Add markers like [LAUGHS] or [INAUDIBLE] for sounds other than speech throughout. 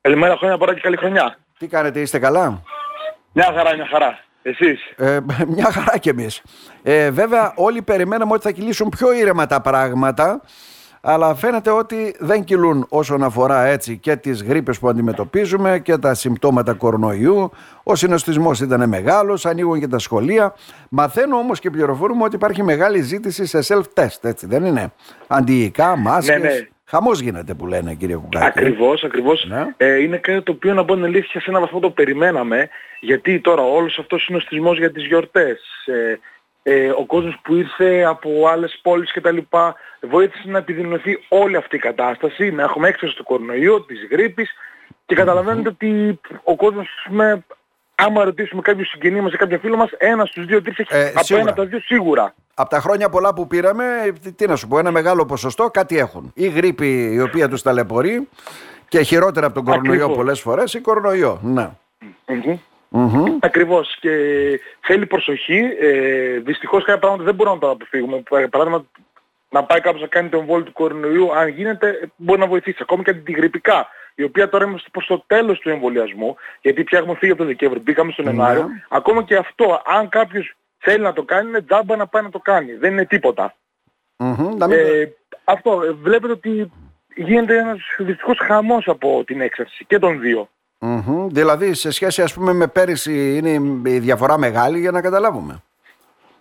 Καλημέρα, χρόνια πολλά και καλή χρονιά. Τι κάνετε, είστε καλά. Μια χαρά, μια χαρά. Εσείς. Ε, [LAUGHS] μια χαρά κι εμείς. Ε, βέβαια όλοι περιμέναμε ότι θα κυλήσουν πιο ήρεμα τα πράγματα αλλά φαίνεται ότι δεν κυλούν όσον αφορά έτσι και τις γρήπες που αντιμετωπίζουμε και τα συμπτώματα κορονοϊού. Ο συνοστισμός ήταν μεγάλος, ανοίγουν και τα σχολεία. Μαθαίνω όμως και πληροφορούμε ότι υπάρχει μεγάλη ζήτηση σε self-test, έτσι δεν είναι. Αντιϊκά, μάσκες. Ναι, ναι. Χαμός γίνεται που λένε κύριε Κουκάκη. Ακριβώς, ακριβώς. Ναι. Ε, είναι κάτι το οποίο να πω είναι αλήθεια σε έναν βαθμό το περιμέναμε, γιατί τώρα όλος αυτός είναι ο στισμός για τις γιορτές. Ε, ε, ο κόσμος που ήρθε από άλλες πόλεις κτλ. βοήθησε να επιδεινωθεί όλη αυτή η κατάσταση, να έχουμε έξαρση του κορονοϊού, της γρήπης και καταλαβαίνετε ότι ο κόσμος, ας πούμε, άμα ρωτήσουμε κάποιο συγγενή μας ή κάποιο φίλο μας, ένας στους δύο τρεις έχει Ε, από σίγουρα. ένα από τα δύο σίγουρα. Από τα χρόνια πολλά που πήραμε, τι- τι να σου πω, ένα μεγάλο ποσοστό κάτι έχουν. Η γρήπη η οποία τους ταλαιπωρεί και χειρότερα από τον κορονοϊό Ακριβώς. πολλές φορές, η κορονοϊό. Ναι. Μμμ. Μμμ. Ακριβώς και θέλει προσοχή. Ε, δυστυχώς κάποια πράγματα δεν μπορούμε να τα αποφύγουμε. Για παράδειγμα, να πάει κάποιος να κάνει τον βόλιο του κορονοϊού, αν γίνεται, μπορεί να βοηθήσει. Ακόμη και αντιγρυπικά, η οποία τώρα είμαστε προς το τέλος του εμβολιασμού, γιατί πια έχουμε φύγει από τον Δεκέμβριο, μπήκαμε στον Ναι. Ιανουάριο. Ακόμα και αυτό, αν κάποιος θέλει να το κάνει, είναι τζάμπα να πάει να το κάνει. Δεν είναι τίποτα. Μμμ. Να μην- Ε, αυτό, ε, βλέπετε ότι γίνεται ένας δυστυχώς χαμός από την έξαρση και των δύο. Μμμ. Δηλαδή, σε σχέση ας πούμε με πέρυσι, είναι η διαφορά μεγάλη για να καταλάβουμε.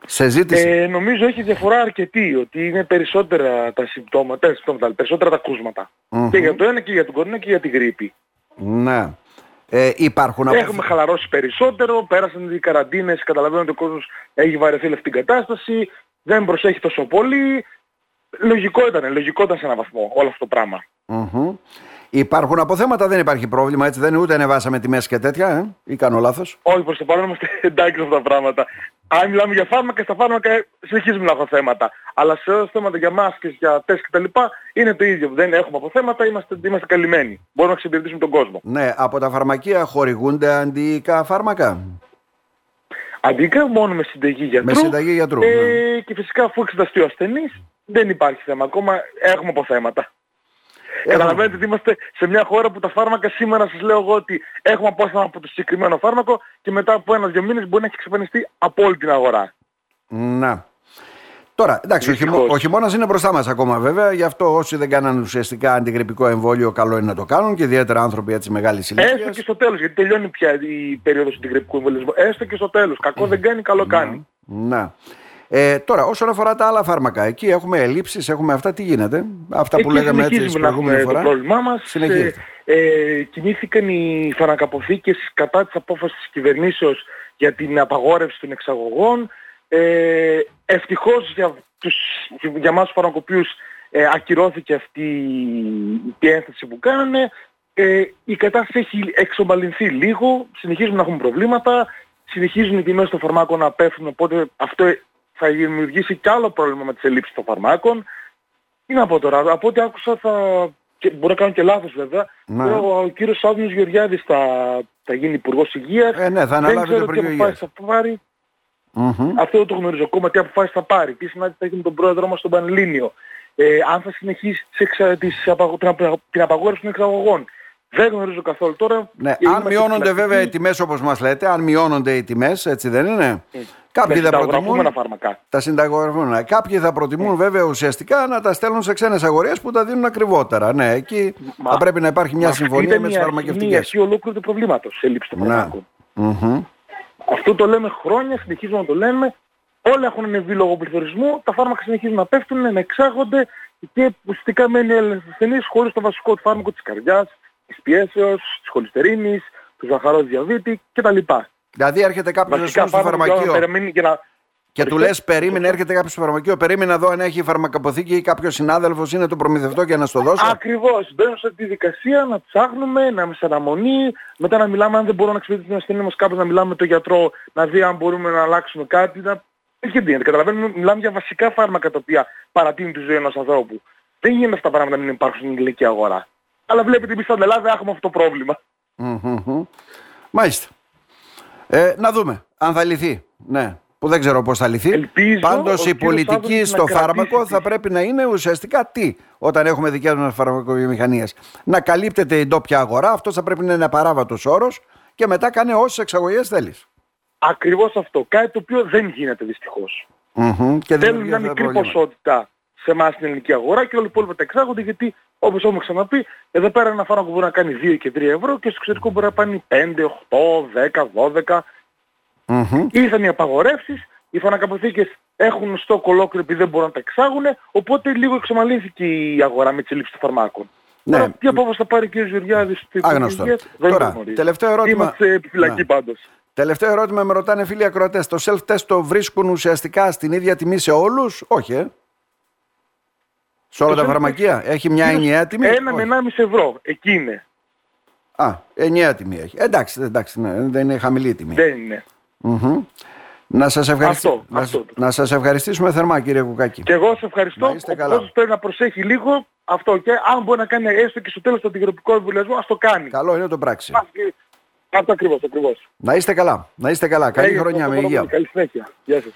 Σε ζήτηση. Ε, νομίζω έχει διαφορά αρκετή, ότι είναι περισσότερα τα συμπτώματα, τα συμπτώματα περισσότερα τα κουσματα Μμμ. Και για το ένα και για τον κορονοϊό και για την γρήπη. Ναι. Ε, υπάρχουν Έχουμε χαλαρώσει περισσότερο, πέρασαν οι καραντίνες, καταλαβαίνω ότι ο κόσμος έχει βαρεθεί όλη αυτή την κατάσταση, δεν προσέχει τόσο πολύ. Λογικό ήταν, λογικό ήταν σε έναν βαθμό όλο αυτό το πράγμα. Μμμ. Υπάρχουν αποθέματα, δεν υπάρχει πρόβλημα. Έτσι δεν είναι ούτε ανεβάσαμε τιμές και τέτοια. Ε. Ή κάνω λάθος. Όχι, προς το παρόν είμαστε [LAUGHS] εντάξει σε αυτά τα πράγματα. Αν μιλάμε για φάρμακα, στα φάρμακα ε, συνεχίζουμε να έχουμε θέματα. Αλλά σε όλα τα θέματα για μάσκες, για τεστ κτλ. είναι το ίδιο. Δεν έχουμε αποθέματα, είμαστε, είμαστε καλυμμένοι. Μπορούμε να εξυπηρετήσουμε τον κόσμο. Ναι, από τα φαρμακεία χορηγούνται αντιϊκά φάρμακα. Αντίκα μόνο με συνταγή γιατρού. Με συνταγή γιατρού, Ναι. Ε, Και φυσικά αφού εξεταστεί ο ασθενής, δεν υπάρχει θέμα. Ακόμα έχουμε αποθέματα. Καταλαβαίνετε ότι είμαστε σε μια χώρα που τα φάρμακα σήμερα σας λέω εγώ ότι έχουμε απόσταση από το συγκεκριμένο φάρμακο και μετά από ένα-δύο μήνες μπορεί να έχει εξαφανιστεί από όλη την αγορά. Να. Τώρα, εντάξει, ο, Δυστυχώς. χειμώ, ο χειμώνας είναι μπροστά μας ακόμα βέβαια. Γι' αυτό όσοι δεν κάναν ουσιαστικά αντιγρυπικό εμβόλιο, καλό είναι να το κάνουν και ιδιαίτερα άνθρωποι έτσι μεγάλης Έστω ηλικίας. και στο τέλος, γιατί τελειώνει πια η περίοδος του γρυπτικού εμβολιασμού. Έστω και στο τέλος. Κακό δεν κάνει, καλό κάνει. Να. Ε, τώρα, όσον αφορά τα άλλα φάρμακα, εκεί έχουμε ελλείψεις, έχουμε αυτά. Τι γίνεται, αυτά που Εκεί λέγαμε έτσι συνεχίζουμε την να έχουμε προηγούμενη το φορά. πρόβλημά μας. Ε, Συνεχίζεται. ε, κινήθηκαν οι φαρμακαποθήκες κατά της απόφασης της κυβερνήσεως για την απαγόρευση των εξαγωγών. Ε, ευτυχώς για, τους, για μας τους φαρμακοποιούς ε, ακυρώθηκε αυτή η ένσταση που κάνανε. Ε, η κατάσταση έχει εξομαλυνθεί λίγο, συνεχίζουμε να έχουμε προβλήματα, συνεχίζουν οι τιμές των φαρμάκων να πέφτουν, οπότε αυτό θα δημιουργήσει κι άλλο πρόβλημα με τις ελλείψεις των φαρμάκων. Τι να πω τώρα, από ό,τι άκουσα θα... Και μπορεί να κάνω και λάθος βέβαια. Ναι. Τώρα Ο, ο κύριος Άδωνης Γεωργιάδης θα, θα γίνει Υπουργός Υγείας. Ε, ναι, θα Δεν αναλάβει το ξέρω τι Υπουργείο Υγείας. αποφάσεις θα πάρει. Μμμ. Αυτό δεν το γνωρίζω ακόμα. Τι αποφάσεις θα πάρει. Τι συνάντηση θα έχει με τον πρόεδρό μας στον Πανελλήνιο. Ε, αν θα συνεχίσει τις εξα... τις απαγο- την, απα- την απαγόρευση των εξαγωγών. Δεν γνωρίζω καθόλου τώρα. Ναι, Και αν είμαστε μειώνονται φυλακτικοί βέβαια οι τιμές όπως μας λέτε, αν μειώνονται οι τιμές, έτσι δεν είναι. με Κάποιοι θα συνταγογραφούμενα προτιμούν. φάρμακα. Τα συνταγογραφούμενα. Κάποιοι θα Ε. προτιμούν βέβαια ουσιαστικά να τα στέλνουν σε ξένες αγορές που τα δίνουν ακριβότερα. Ναι, εκεί Μα- θα πρέπει να υπάρχει μια συμφωνία με τι Είναι η φαρμακευτικέ. αρχή ολόκληρου του προβλήματος, έλλειψη των Ναι. φαρμάκων. Αυτό το λέμε χρόνια, συνεχίζουμε να το λέμε. Όλα έχουν ανεβεί λόγω πληθωρισμού, τα φάρμακα συνεχίζουν να πέφτουν, να εξάγονται και ουσιαστικά μένει ο ασθενής χωρίς το βασικό του φάρμακο της καρδιάς, της πιέσεως, της χολυστερίνης, του ζαχαρός διαβήτη κτλ. Δηλαδή έρχεται κάποιος Βασικά στο φάρμακα για να φαρμακείο περιμένει και να... και του λες: Περίμενε, έρχεται κάποιος στο φαρμακείο, περίμενε εδώ αν έχει η φαρμακαποθήκη ή κάποιος συνάδελφος είναι το προμηθευτό και να στο δώσω. Ακριβώς, μπαίνουμε σε αυτή τη δικασία να ψάχνουμε, να είμαστε αναμονή, μετά να μιλάμε αν δεν μπορούμε να εξυπηρετήσουμε την ασθένεια μας κάπως, να μιλάμε με τον γιατρό, να δει αν μπορούμε να αλλάξουμε κάτι. Να... Δεν γίνεται, καταλαβαίνουμε, μιλάμε για βασικά φάρμακα τα οποία παρατείνουν τη ζωή ενός ανθρώπου. Δεν γίνεται αυτά τα πράγματα να μην υπάρχουν στην ελληνική αγορά. Αλλά βλέπετε εμείς στην Ελλάδα έχουμε αυτό το πρόβλημα. Μμμ. Μάλιστα. Ε, να δούμε αν θα λυθεί. Ναι. που δεν ξέρω πώς θα λυθεί. Ελπίζω Πάντως ο η κύριος πολιτική Άδωνης στο να φάρμακο κρατήσει θα τις- πρέπει να είναι ουσιαστικά τι όταν έχουμε δικές μας φαρμακοβιομηχανίες. Να καλύπτεται η ντόπια αγορά, αυτός θα πρέπει να είναι απαράβατος όρος και μετά κάνε όσες εξαγωγές θέλεις. Ακριβώς αυτό. Κάτι το οποίο δεν γίνεται δυστυχώς. Μμμ. Και Θέλουν δημιουργεί μια αυτά τα μικρή προβλήματα. ποσότητα σε εμάς στην ελληνική αγορά και όλοι οι υπόλοιποι τα εξάγονται γιατί όπως έχουμε ξαναπεί, εδώ πέρα ένα φάρμακο μπορεί να κάνει 2 και 3 ευρώ και στο εξωτερικό μπορεί να πάνει 5, 8, 10, 12. Μμμ. Ήρθαν οι απαγορεύσεις, οι φαρμακοποθήκες έχουν στόκ ολόκληρο επειδή δεν μπορούν να τα εξάγουν, οπότε λίγο εξομαλύνθηκε η αγορά με τις ελλείψεις των φαρμάκων. Ναι. Τώρα, τι απόφαση θα πάρει ο κ. Γεωργιάδη στην Άγνωστο. Υπουργεία, δεν Τώρα, το γνωρίζω. τελευταίο ερώτημα. Είμαστε επιφυλακοί Ναι. πάντως. Τελευταίο ερώτημα με ρωτάνε φίλοι ακροατές. Το self-test το βρίσκουν ουσιαστικά στην ίδια τιμή σε όλους. Όχι, ε. Σε όλα Το self-test- τα Ναι. φαρμακεία. Έχει μια ενιαία τιμή. Ένα Όχι. με 1,5 ευρώ. Εκεί είναι. Α, ενιαία τιμή έχει. Εντάξει, εντάξει ναι, δεν είναι χαμηλή η τιμή. Δεν είναι. Μμμ. Να σας, ευχαριστη... Αυτό, να... αυτό. να σας ευχαριστήσουμε θερμά κύριε Κουκάκη. Και εγώ σε ευχαριστώ. Να είστε Ο καλά. κόσμος πρέπει να προσέχει λίγο αυτό. Και αν μπορεί να κάνει έστω και στο τέλος τον αντιγροπικό εμβολιασμό, ας το κάνει. Καλό είναι το πράξη. Υπάρχει- Αυτό ακριβώς, ακριβώς. Να είστε καλά. Να είστε καλά. Καλή Έγινε, χρονιά το με παρακαλώ. υγεία. Καλή συνέχεια. Γεια σας.